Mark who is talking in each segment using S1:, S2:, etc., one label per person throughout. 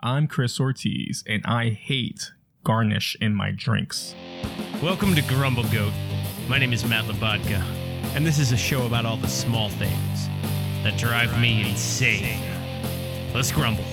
S1: I'm Chris Ortiz, and I hate garnish in my drinks.
S2: Welcome to Grumble Goat. My name is Matt Labodka, and this is a show about all the small things that drive me insane. Let's grumble.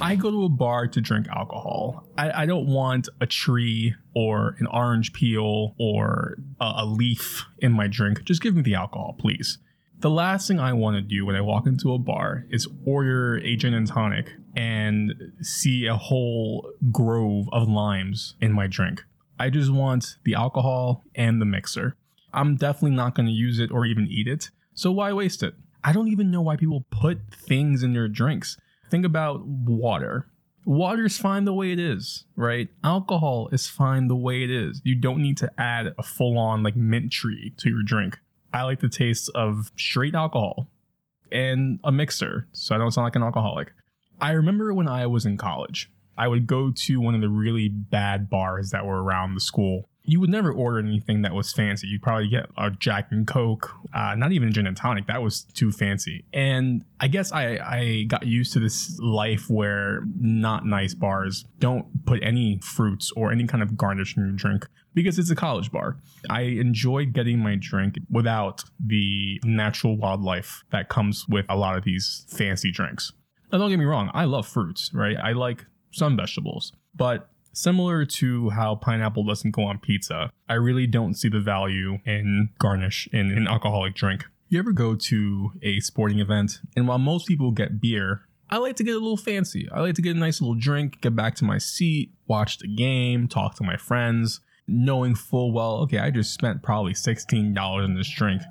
S1: I go to a bar to drink alcohol. I, I don't want a tree or an orange peel or a, a leaf in my drink. Just give me the alcohol, please. The last thing I want to do when I walk into a bar is order a gin and tonic and see a whole grove of limes in my drink. I just want the alcohol and the mixer. I'm definitely not going to use it or even eat it. So why waste it? I don't even know why people put things in their drinks. Think about water. Water's fine the way it is, right? Alcohol is fine the way it is. You don't need to add a full on like mint tree to your drink. I like the taste of straight alcohol and a mixer, so I don't sound like an alcoholic. I remember when I was in college, I would go to one of the really bad bars that were around the school. You would never order anything that was fancy. You'd probably get a Jack and Coke, uh, not even gin and tonic. That was too fancy. And I guess I, I got used to this life where not nice bars don't put any fruits or any kind of garnish in your drink because it's a college bar. I enjoy getting my drink without the natural wildlife that comes with a lot of these fancy drinks. Now, don't get me wrong, I love fruits, right? I like some vegetables, but similar to how pineapple doesn't go on pizza, I really don't see the value in garnish in an alcoholic drink. You ever go to a sporting event, and while most people get beer, I like to get a little fancy. I like to get a nice little drink, get back to my seat, watch the game, talk to my friends, knowing full well, okay, I just spent probably $16 on this drink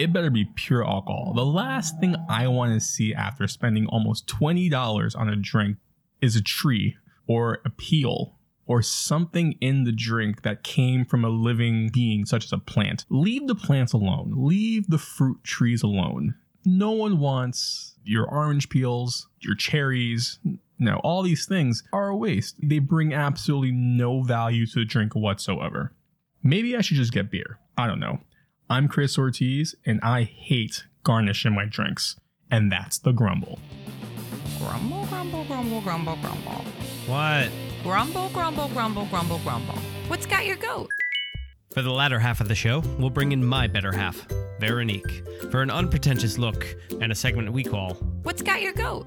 S1: it better be pure alcohol. The last thing I want to see after spending almost $20 on a drink is a tree or a peel or something in the drink that came from a living being, such as a plant. Leave the plants alone, leave the fruit trees alone. No one wants your orange peels, your cherries. No, all these things are a waste. They bring absolutely no value to the drink whatsoever. Maybe I should just get beer. I don't know. I'm Chris Ortiz, and I hate garnish in my drinks. And that's the grumble.
S3: Grumble, grumble, grumble, grumble, grumble.
S2: What?
S3: Grumble, grumble, grumble, grumble, grumble. What's got your goat?
S2: For the latter half of the show, we'll bring in my better half, Veronique, for an unpretentious look and a segment we call.
S3: What's got your goat?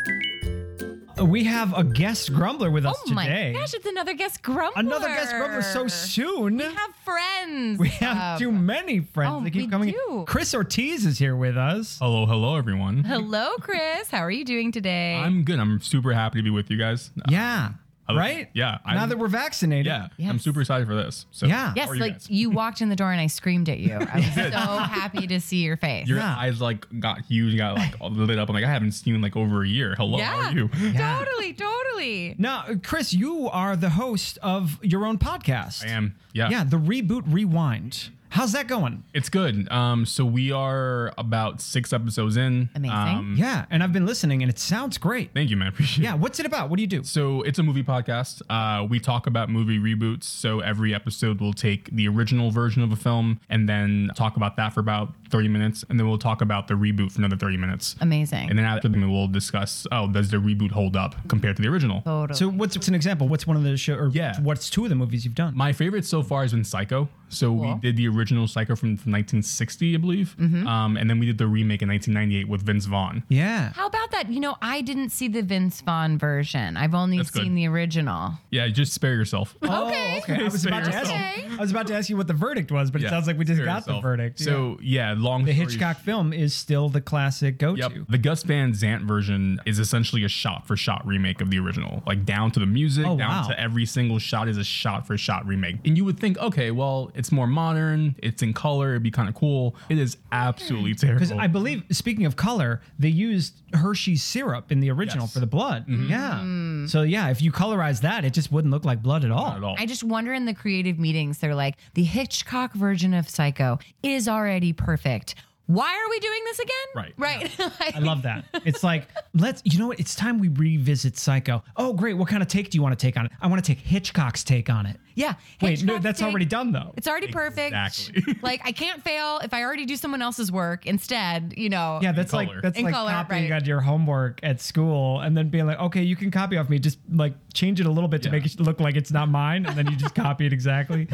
S4: We have a guest grumbler with us
S3: oh
S4: today.
S3: my gosh, it's another guest grumbler.
S4: Another guest grumbler so soon.
S3: We have friends. Um,
S4: We have too many friends.
S3: Oh,
S4: they keep
S3: we
S4: coming.
S3: do.
S4: In. Chris Ortiz is here with
S2: Oh,
S4: us.
S1: Hello, hello, everyone.
S3: Hello, Chris. How are you doing today?
S1: I'm good. I'm super happy to be with you guys.
S4: Yeah.
S1: I love-
S4: right?
S1: Yeah.
S4: now
S1: I'm-
S4: that we're vaccinated.
S1: yeah, I'm
S3: Yes.
S1: super excited for this. So
S4: Yeah.
S3: yes,
S1: How are you
S3: like
S1: guys?
S3: you walked in the door and I screamed at you. I was so happy to see your face.
S1: your
S4: Yeah.
S1: eyes like got huge, got like all lit up. I'm like, I haven't seen you in like over a year. Hello, how
S3: yeah.
S1: are you?
S4: Yeah.
S3: Totally, totally.
S4: Now, Chris, you are the host of your own podcast.
S1: I am. Yeah.
S4: Yeah, the Reboot Rewind. How's that going?
S1: It's good. Um, so we are about six episodes in.
S3: Amazing.
S1: Um,
S4: Yeah, and I've been listening and it sounds great.
S1: Thank you, man. Appreciate it.
S4: Yeah, what's it about? What do you do?
S1: So it's a movie podcast. Uh, we talk about movie reboots. So every episode will take the original version of a film and then talk about that for about 30 minutes. And then we'll talk about the reboot for another 30 minutes.
S3: Amazing.
S1: And then after them, we'll discuss, oh, does the reboot hold up compared to the original?
S3: totally.
S4: So what's, what's an example? What's one of the show or
S1: Yeah.
S4: what's two of the movies you've done?
S1: My favorite so far has been Psycho. So we
S3: Cool.
S1: did the original Psycho from 1960, I believe. Um, and then we did the remake in 1998 with Vince Vaughn.
S4: yeah.
S3: How about that? You know, I didn't see the Vince Vaughn version. I've only
S1: That's good.
S3: seen the original.
S1: Yeah, just spare yourself.
S3: Okay.
S4: Oh, okay. I was, about to ask
S3: Okay.
S4: you, I was about to ask you what the verdict was, but
S1: Yeah,
S4: it sounds like we just
S1: spare
S4: got the
S1: yourself.
S4: verdict. Yeah.
S1: So yeah, long
S4: the
S1: story
S4: Hitchcock film is still the classic go-to.
S1: Yep. The Gus Van Zant version is essentially a shot for shot remake of the original. Like down to the music,
S4: Oh,
S1: down
S4: wow.
S1: to every single shot is a shot for shot remake. And you would think, okay, well, it's more modern, it's in color, it'd be kind of cool. It is absolutely
S4: Because
S1: terrible.
S4: I believe, speaking of color, they used Hershey's syrup in the original
S1: Yes. Mm-hmm.
S4: for the blood. Yeah. So yeah, if you colorize that, it just wouldn't look like blood at all.
S1: Not at all.
S3: I just wonder in the creative meetings, they're like, the Hitchcock version of Psycho is already perfect. Why are we doing this again?
S1: Right.
S3: Right. Like-
S4: I love that. It's like, let's, you know what? It's time we revisit Psycho. Oh, great. What kind of take do you want to take on it? I want to take Hitchcock's take on it.
S3: Yeah.
S4: Wait, no,
S3: Hitchcock's
S4: that's
S3: take-
S4: already done though.
S3: It's already perfect.
S1: Exactly.
S3: like I can't fail if I already do someone else's work instead, you know.
S4: yeah, that's
S1: color.
S4: like that's
S3: In
S4: like
S3: color,
S4: copying
S3: right.
S4: on your homework at school and then being like, okay, you can copy off me, just like change it a little bit to
S1: Yeah.
S4: make it look like it's not mine, and then you just copy it exactly.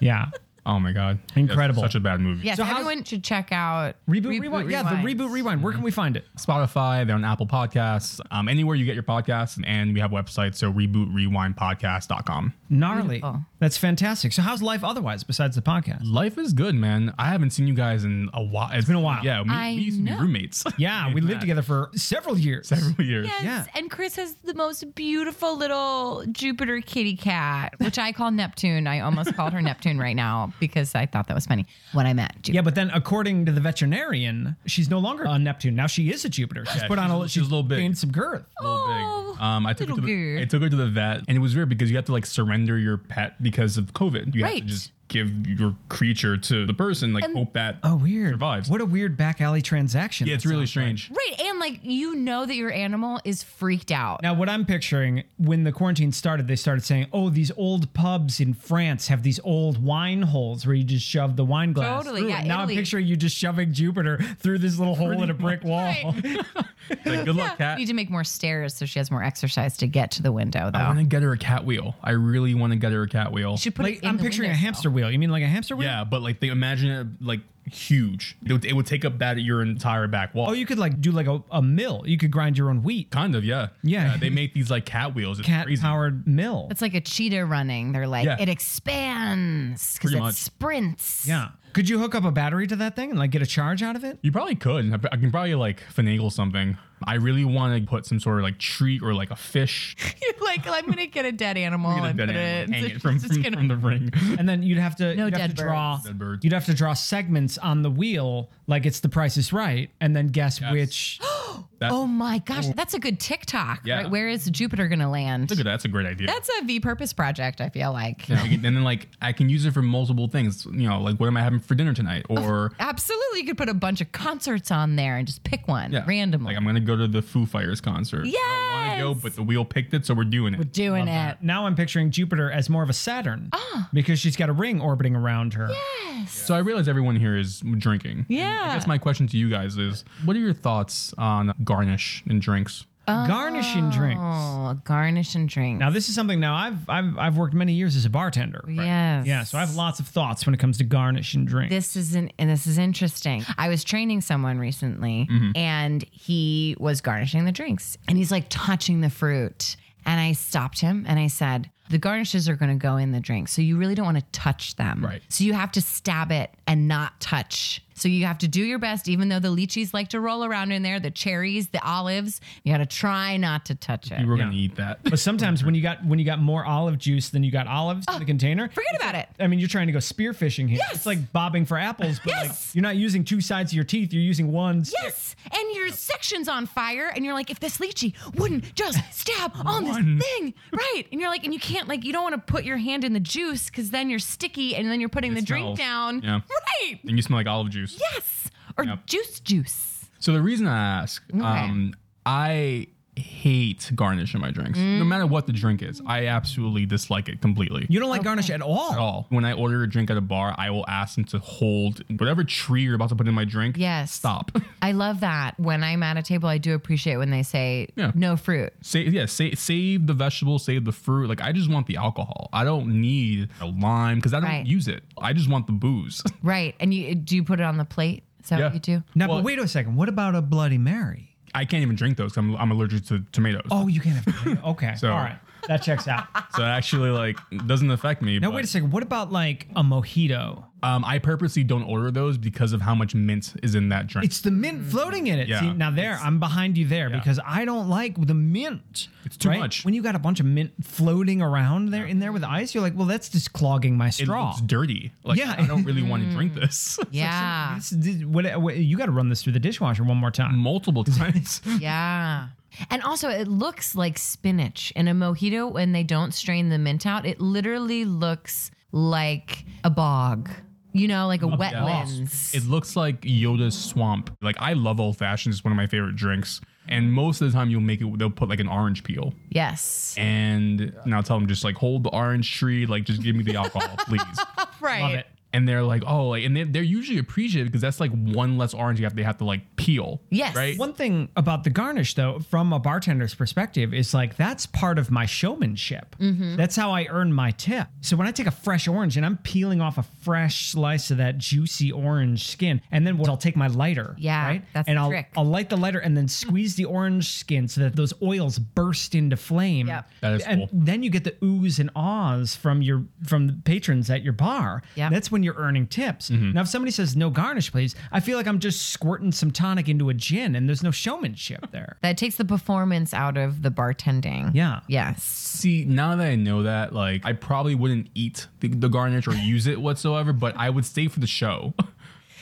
S4: Yeah,
S1: Oh my god.
S4: Incredible.
S1: Such a bad movie.
S3: Yes,
S4: So how's-
S3: everyone should check out
S4: reboot, rewind. Yeah, the
S3: Rewind.
S4: reboot, rewind. Where can we find it?
S1: Spotify, they're on Apple Podcasts, um, anywhere you get your podcasts, and we have websites, so rebootrewindpodcast.com.
S4: Gnarly.
S3: Beautiful.
S4: That's fantastic. So how's life otherwise besides the podcast?
S1: Life is good, man. I haven't seen you guys in a while. It's
S4: been a while.
S1: Yeah, we,
S3: I
S1: we used to be
S3: know.
S1: roommates.
S4: Yeah, we lived together for several years.
S1: several years.
S3: Yes,
S4: Yeah.
S3: and Chris has the most beautiful little Jupiter kitty cat, which I call Neptune. I almost called her Neptune right now because I thought that was funny when I met Jupiter.
S4: Yeah, but then according to the veterinarian, she's no longer on Neptune. Now she is a Jupiter. She's
S1: Yeah,
S4: put
S1: she's-
S4: on a little.
S1: she's a little big.
S4: Gained some girth.
S3: Oh,
S1: Um, I took it to
S3: little
S1: the,
S3: girl.
S1: I took her to the vet, and it was weird because you have to like surrender your pet because of COVID. You have
S3: Right.
S1: to just give your creature to the person, like hope that
S4: Oh, weird.
S1: survives.
S4: What a weird back alley transaction.
S1: yeah, it's
S4: That
S1: really
S4: sounds like.
S1: strange.
S3: right. And like you know that your animal is freaked out.
S4: Now, what I'm picturing when the quarantine started, they started saying, "Oh, these old pubs in France have these old wine holes where you just shove the wine glass."
S3: Totally,
S4: through it."
S3: yeah,
S4: Now I'm
S3: Italy.
S4: picturing you just shoving Jupiter through this little hole in a brick wall.
S1: Like, good luck, cat.
S3: You need to make more stairs so she has more exercise to get to the window,
S1: I
S3: though.
S1: want to get her a cat wheel. I really want to get her a cat wheel.
S3: You should put it
S4: Like
S3: in
S4: I'm
S3: the
S4: picturing a
S3: window,
S4: hamster wheel. You mean like a hamster wheel?
S1: Yeah, but like they imagine it like huge. It would, it would take up that your entire back wall.
S4: Oh, you could like do like a, a mill. You could grind your own wheat.
S1: kind of yeah.
S4: Yeah.
S1: they make these like cat wheels. It's
S4: Cat
S1: crazy.
S4: powered mill.
S3: though. It's like a cheetah running. They're like,
S1: Yeah.
S3: it expands because
S1: Pretty
S3: it
S1: much.
S3: sprints.
S4: yeah. Could you hook up a battery to that thing and like get a charge out of it?
S1: You probably could. I, I can probably like finagle something. I really want to put some sort of like treat or like a fish.
S3: You're like, I'm going to get a dead animal
S1: Get a
S3: and
S1: dead
S3: put
S1: animal,
S3: it.
S1: hang
S3: so
S1: it from,
S3: she's just
S1: from,
S3: gonna-
S1: from the ring.
S4: And then you'd have to,
S3: No
S4: you'd have
S3: dead
S4: to draw
S3: birds.
S1: Dead birds.
S4: you'd have to draw segments on the wheel like it's the price is right and then guess
S1: Yes.
S4: which
S1: That,
S3: Oh my gosh, that's a good TikTok.
S1: Yeah.
S3: Right? Where is Jupiter going to land?
S1: Look at that. That's a great idea.
S3: That's a V purpose project, I feel like.
S1: Yeah, I can- and then like I can use it for multiple things. You know, like what am I having for dinner tonight? Or
S3: Absolutely. You could put a bunch of concerts on there and just pick one
S1: yeah,
S3: randomly.
S1: Like I'm gonna go to the Foo Fighters concert. I
S3: yes.
S1: don't wanna go, but the wheel picked it, so we're doing it.
S3: We're doing it.
S4: Now I'm picturing Jupiter as more of a Saturn
S3: Ah.
S4: because she's got a ring orbiting around her.
S1: So I realize everyone here is drinking. And I
S3: Yeah.
S1: guess my question to you guys is, what are your thoughts on garnish and drinks?
S4: Garnishing drinks.
S3: Oh, garnish and drink.
S4: Now this is something now I've I've I've worked many years as a bartender.
S3: Yes.
S4: Yeah, so I have lots of thoughts when it comes to garnish and drink.
S3: This is an, and this is interesting. I was training someone recently
S1: Mm-hmm.
S3: and he was garnishing the drinks and he's like touching the fruit. And I stopped him and I said, the garnishes are going to go in the drink. So you really don't want to touch them.
S1: Right.
S3: So you have to stab it and not touch. So you have to do your best, even though the lychees like to roll around in there, the cherries, the olives, you got to try not to touch it.
S1: You were gonna eat that.
S4: but sometimes when you got when you got more olive juice than you got olives in the container,
S3: Oh, Forget about it.
S4: I mean, you're trying to go spearfishing here. It's like bobbing for apples, but
S3: Yes.
S4: like you're not using two sides of your teeth. You're using one. stick.
S3: Yes, and your section's on fire, and you're like, if this lychee wouldn't just stab on this
S1: One.
S3: thing, right? And you're like, and you can't like, you don't want to put your hand in the juice because then you're sticky, and then you're putting the
S1: smells.
S3: drink down,
S1: Yeah.
S3: right?
S1: and you smell like olive juice.
S3: Yes, or
S1: Yep.
S3: juice juice.
S1: So the reason I ask, um, I hate garnish in my drinks. No
S3: Mm.
S1: matter what the drink is, I absolutely dislike it completely.
S4: You don't like garnish at all.
S1: at all. When I order a drink at a bar, I will ask them to hold whatever tree you're about to put in my drink.
S3: Yes.
S1: Stop.
S3: I love that. When I'm at a table, I do appreciate when they say
S1: Yeah.
S3: no fruit.
S1: save, yeah, save, save the vegetables, save the fruit. Like I just want the alcohol. I don't need a lime because I don't
S3: Right.
S1: use it. I just want the booze.
S3: Right, and you do you put it on the plate? Is that
S1: Yeah.
S3: what you do?
S4: Now,
S1: Well-
S4: but wait a second. What about a Bloody Mary?
S1: I can't even drink those. 'cause I'm I'm allergic to tomatoes.
S4: Oh, you can't have. tomato. Okay,
S1: So-
S4: all right, that checks out.
S1: So it actually like doesn't affect me.
S4: Now
S1: but,
S4: wait a second. What about like a mojito?
S1: Um, I purposely don't order those because of how much mint is in that drink.
S4: It's the mint
S3: Mm.
S4: floating in it.
S1: Yeah.
S4: See, now there, I'm behind you there because I don't like the mint.
S1: It's too much.
S4: When you got a bunch of mint floating around there in there with ice, you're like, well, that's just clogging my
S1: it
S4: straw.
S1: looks dirty. Like
S4: Yeah.
S1: I don't really want to drink this.
S3: Yeah,
S4: This- this- what- what- you got to run this through the dishwasher one more time.
S1: Multiple times.
S3: Yeah. And also, it looks like spinach in a mojito when they don't strain the mint out. It literally looks like a bog. you know, like a
S1: Yes.
S3: wetlands.
S1: It looks like Yoda's swamp. Like I love old fashions; it's one of my favorite drinks. And most of the time, you'll make it. They'll put like an orange peel,
S3: yes.
S1: and now tell them just like hold the orange tree. Like just give me the alcohol, please.
S3: right.
S4: Love it.
S1: And they're like, oh, like, and they, they're usually appreciative because that's like one less orange you have. They have to like peel.
S3: Yes.
S1: Right.
S4: One thing about the garnish, though, from a bartender's perspective, is like that's part of my showmanship.
S3: Mm-hmm.
S4: That's how I earn my tip. So when I take a fresh orange and I'm peeling off a fresh slice of that juicy orange skin, and then what I'll take my lighter,
S3: Yeah,
S4: right?
S3: that's
S4: and
S3: the
S4: I'll
S3: trick.
S4: I'll light the lighter and then squeeze the orange skin so that those oils burst into flame.
S3: Yep.
S1: That is
S4: and
S1: cool.
S4: then you get the oohs and ahs from your from the patrons at your bar.
S3: Yep.
S4: That's when you're earning tips.
S1: Mm-hmm.
S4: Now, if somebody says no garnish, please, I feel like I'm just squirting some tonic into a gin, and there's no showmanship there.
S3: That takes the performance out of the bartending.
S4: Yeah.
S3: Yes.
S1: See, now that I know that, like, I probably wouldn't eat the, the garnish or use it whatsoever, but I would stay for the show.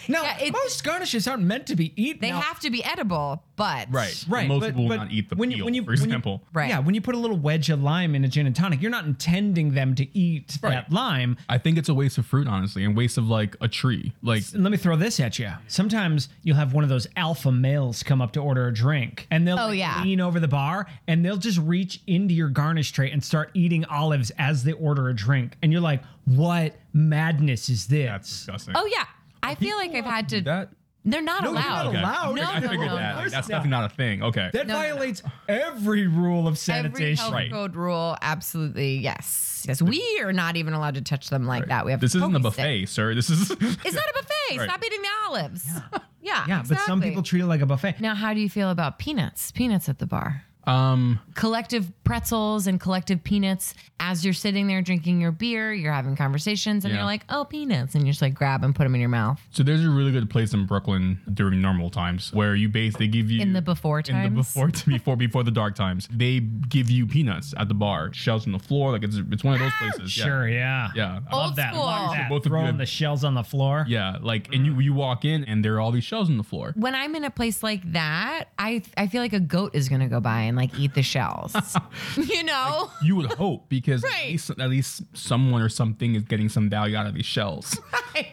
S4: Now,
S3: Yeah, it-
S4: most garnishes aren't meant to be eaten.
S3: They
S4: Now-
S3: have to be edible, but
S4: Right,
S1: Most
S4: but-
S1: people would
S4: but
S1: not eat the
S4: when you-
S1: peel,
S4: when you-
S1: for
S4: when you-
S1: example.
S3: Right.
S4: Yeah, when you put a little wedge of lime in a gin and tonic, you're not intending them to eat
S1: Right.
S4: that lime.
S1: I think it's a waste of fruit, honestly, and waste of like a tree. Like,
S4: And let me throw this at you. Sometimes you'll have one of those alpha males come up to order a drink, and they'll
S3: Oh,
S4: like,
S3: yeah.
S4: lean over the bar, and they'll just reach into your garnish tray and start eating olives as they order a drink, and you're like, "What madness is this?"
S1: that's disgusting.
S3: Oh yeah. I feel like I've had to.
S1: that?
S3: They're not
S4: No, they're
S3: allowed.
S4: not Okay. allowed.
S3: No,
S1: I
S3: no,
S1: figured
S3: no,
S1: that.
S3: no.
S1: Like, that's definitely not a thing. Okay.
S4: that
S3: No, no, no.
S4: violates every rule of
S3: Every
S4: sanitation.
S3: health code rule, absolutely yes. Yes, we are not even allowed to touch them like that. We have
S1: this
S3: to
S1: isn't a
S3: poke stick.
S1: buffet, sir. This is.
S3: It's not a buffet.
S1: Right.
S3: Stop eating the olives. Yeah,
S4: Yeah, but some
S3: exactly.
S4: people treat it like a buffet.
S3: Now, how do you feel about peanuts? Peanuts at the bar.
S1: um,
S3: Collective pretzels and collective peanuts. As you're sitting there drinking your beer, you're having conversations, and
S1: Yeah.
S3: you're like, "Oh, peanuts," and you just like grab and put them in your mouth.
S1: so there's a really good place in Brooklyn during normal times where you base they give you
S3: In the before
S1: in
S3: times?
S1: the before before before the dark times they give you peanuts at the bar shells on the floor like it's it's one of those places yeah.
S4: Sure, yeah.
S1: yeah
S3: Old
S4: Love that.
S3: school.
S4: Love that.
S1: Both of you
S4: Throwing
S1: have-
S4: the shells on the floor.
S1: Yeah, like and you you walk in and there are all these shells on the floor.
S3: when I'm in a place like that, I I feel like a goat is gonna go by and like eat the shells. you know?
S1: You would hope because at,
S3: Right.
S1: least, at least someone or something is getting some value out of these shells,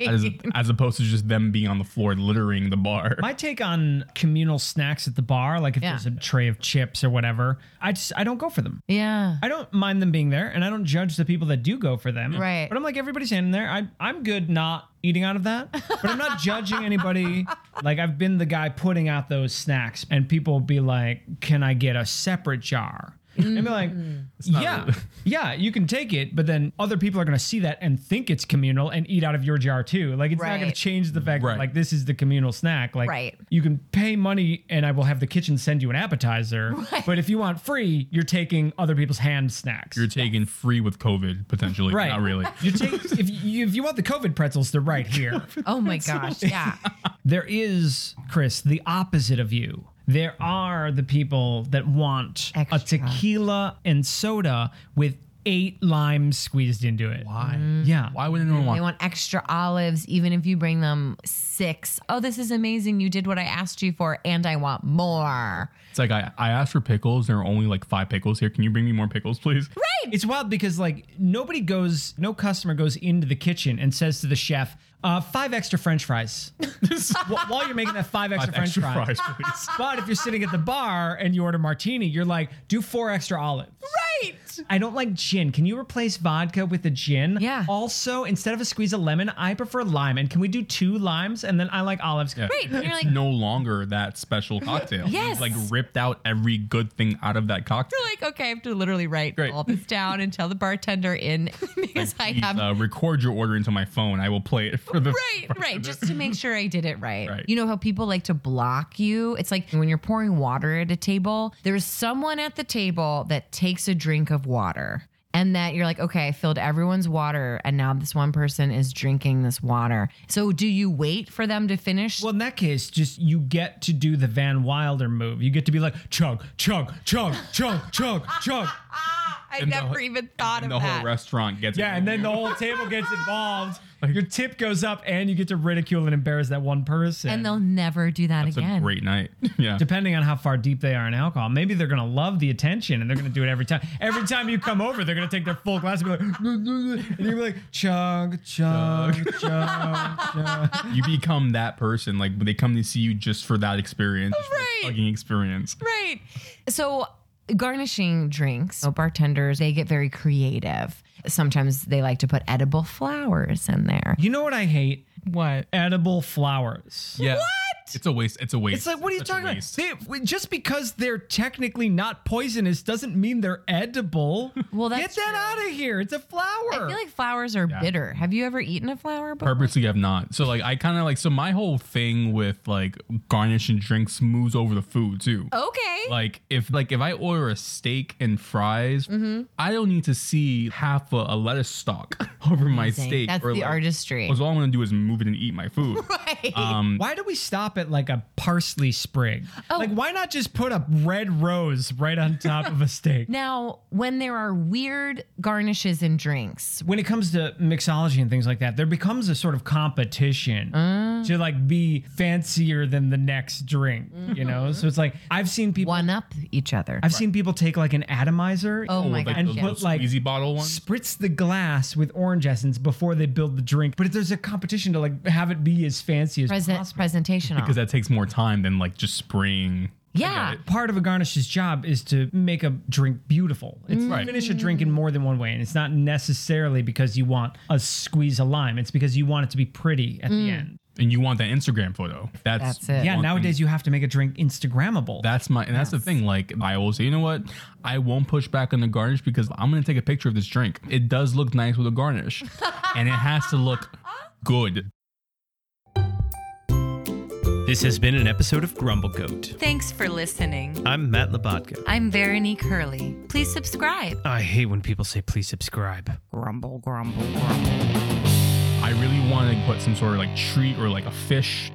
S1: as, as opposed to just them being on the floor littering the bar.
S4: My take on communal snacks at the bar, like if
S3: Yeah.
S4: there's a tray of chips or whatever, I just I don't go for them.
S3: yeah.
S4: I don't mind them being there, and I don't judge the people that do go for them.
S3: Right.
S4: But I'm like, everybody's in there. I, I'm good not eating out of that, but I'm not judging anybody. Like, I've been the guy putting out those snacks, and people be like, Can I get a separate jar? And be like,
S3: Mm-hmm.
S4: Yeah, yeah, you can take it, but then other people are going to see that and think it's communal and eat out of your jar too. Like, it's not going
S3: Right.
S4: to change the fact
S1: Right.
S4: that, like, this is the communal snack. Like,
S3: Right.
S4: you can pay money and I will have the kitchen send you an appetizer. But if you want free, you're taking other people's hand snacks.
S1: You're taking free with COVID potentially.
S4: Right.
S1: Not really.
S4: You're taking if you if you want the COVID pretzels, they're right here.
S3: Oh my gosh. Yeah.
S4: There is, Chris, the opposite of you. There are the people that want
S3: Extra.
S4: a tequila and soda with eight limes squeezed into it.
S1: Why?
S4: Yeah.
S1: Why would anyone
S3: They
S1: want?
S3: want extra olives, even if you bring them six. Oh, this is amazing. You did what I asked you for, and I want more.
S1: It's like I, I asked for pickles. There are only like five pickles here. Can you bring me more pickles, please?
S4: It's wild because like nobody goes, no customer goes into the kitchen and says to the chef, uh, five extra French fries. Wh- While you're making that five extra
S1: Five
S4: French
S1: extra
S4: fries.
S1: fries, please.
S4: But if you're sitting at the bar and you order martini, you're like, do four extra olives.
S3: Right.
S4: I don't like gin. Can you replace vodka with a gin?
S3: Yeah.
S4: Also, instead of a squeeze of lemon, I prefer lime. And can we do two limes? And then I like olives.
S1: Yeah.
S3: Right. And you're
S1: It's
S3: like-
S1: no longer that special cocktail. You've,
S3: Yes.
S1: like ripped out every good thing out of that cocktail.
S3: You're like, okay, I have to literally write
S1: Great.
S3: all this down and tell the bartender in because I
S1: Please,
S3: have
S1: uh, record your order into my phone. I will play it for the
S3: right, right. Just to make sure I did it right.
S1: Right.
S3: You know how people like to block you? It's like when you're pouring water at a table, there's someone at the table that takes a drink of water. And that you're like, okay, I filled everyone's water, and now this one person is drinking this water. So, do you wait for them to finish?
S4: Well, in that case, just you get to do the Van Wilder move. You get to be like chug, chug, chug, chug, chug, chug.
S3: ah, I
S1: And the
S3: never
S1: whole-
S3: even thought
S1: and
S3: of
S1: the
S3: that.
S1: whole restaurant gets
S4: Yeah, and then the whole table gets involved. Your tip goes up, and you get to ridicule and embarrass that one person.
S3: and they'll never do that
S1: It's
S3: again.
S1: a great night. yeah.
S4: depending on how far deep they are in alcohol, maybe they're gonna love the attention and they're gonna do it every time. Every time you come over, they're gonna take their full glass and be like, and you're like, chug, chug, chug.
S1: you become that person. Like when they come to see you just for that experience, just for the
S3: Right.
S1: fucking experience.
S3: right. So garnishing drinks. So bartenders, they get very creative. Sometimes they like to put edible flowers in there.
S4: You know what I hate?
S3: What?
S4: Edible flowers.
S1: Yeah. What? It's a waste. It's a waste.
S4: It's like, what are you
S1: Such a
S4: talking about?
S1: waste.
S4: They, w- just because they're technically not poisonous doesn't mean they're edible.
S3: Well,
S4: Get
S3: that's
S4: that out of here. It's a flower.
S3: I feel like flowers are bitter. Have you ever eaten a flower? before?
S1: Purposely have not. So like I kind of like so my whole thing with like garnish and drinks moves over the food too.
S3: Oh, Okay.
S1: Like if like if I order a steak and fries,
S3: Mm-hmm.
S1: I don't need to see half a, a lettuce stalk over my
S3: Amazing.
S1: steak.
S3: That's the
S1: like,
S3: artistry.
S1: Because all I'm gonna do is move it and eat my food. Um,
S4: Why do we stop at like a parsley sprig?
S3: Oh.
S4: Like, why not just put a red rose right on top of a steak?
S3: Now, when there are weird garnishes in drinks,
S4: when it comes to mixology and things like that, there becomes a sort of competition
S3: Uh.
S4: to like be fancier than the next drink, you know? So it's like I've seen people
S3: Mm-hmm. one up each other.
S4: I've seen people take like an atomizer
S3: oh my
S1: with, like
S3: god!
S4: and
S1: those
S3: yeah.
S1: little
S4: put, like,
S1: squeezy bottle ones.
S4: spritz the glass with orange essence before they build the drink. But there's a competition to like have it be as fancy as
S3: Present,
S4: possible.
S3: presentation
S1: because
S3: off.
S1: that takes more time than like just spraying.
S3: Yeah.
S4: Part of a garnish's job is to make a drink beautiful. It's
S1: Right.
S4: finish a drink in more than one way, and it's not necessarily because you want a squeeze of lime. It's because you want it to be pretty at the end.
S1: And you want that Instagram photo. That's,
S3: That's it.
S4: Yeah,
S1: one
S4: nowadays
S1: thing-
S4: you have to make a drink Instagrammable.
S1: That's my and that's the thing. Like I always say, you know what? I won't push back on the garnish because I'm gonna take a picture of this drink. It does look nice with a garnish, and it has to look good.
S2: This has been an episode of Grumble Goat.
S5: Thanks for listening.
S2: I'm Matt Labatka.
S5: I'm Veronique Hurley. Please subscribe.
S2: I hate when people say please subscribe.
S1: I really want to put some sort of like treat or like a fish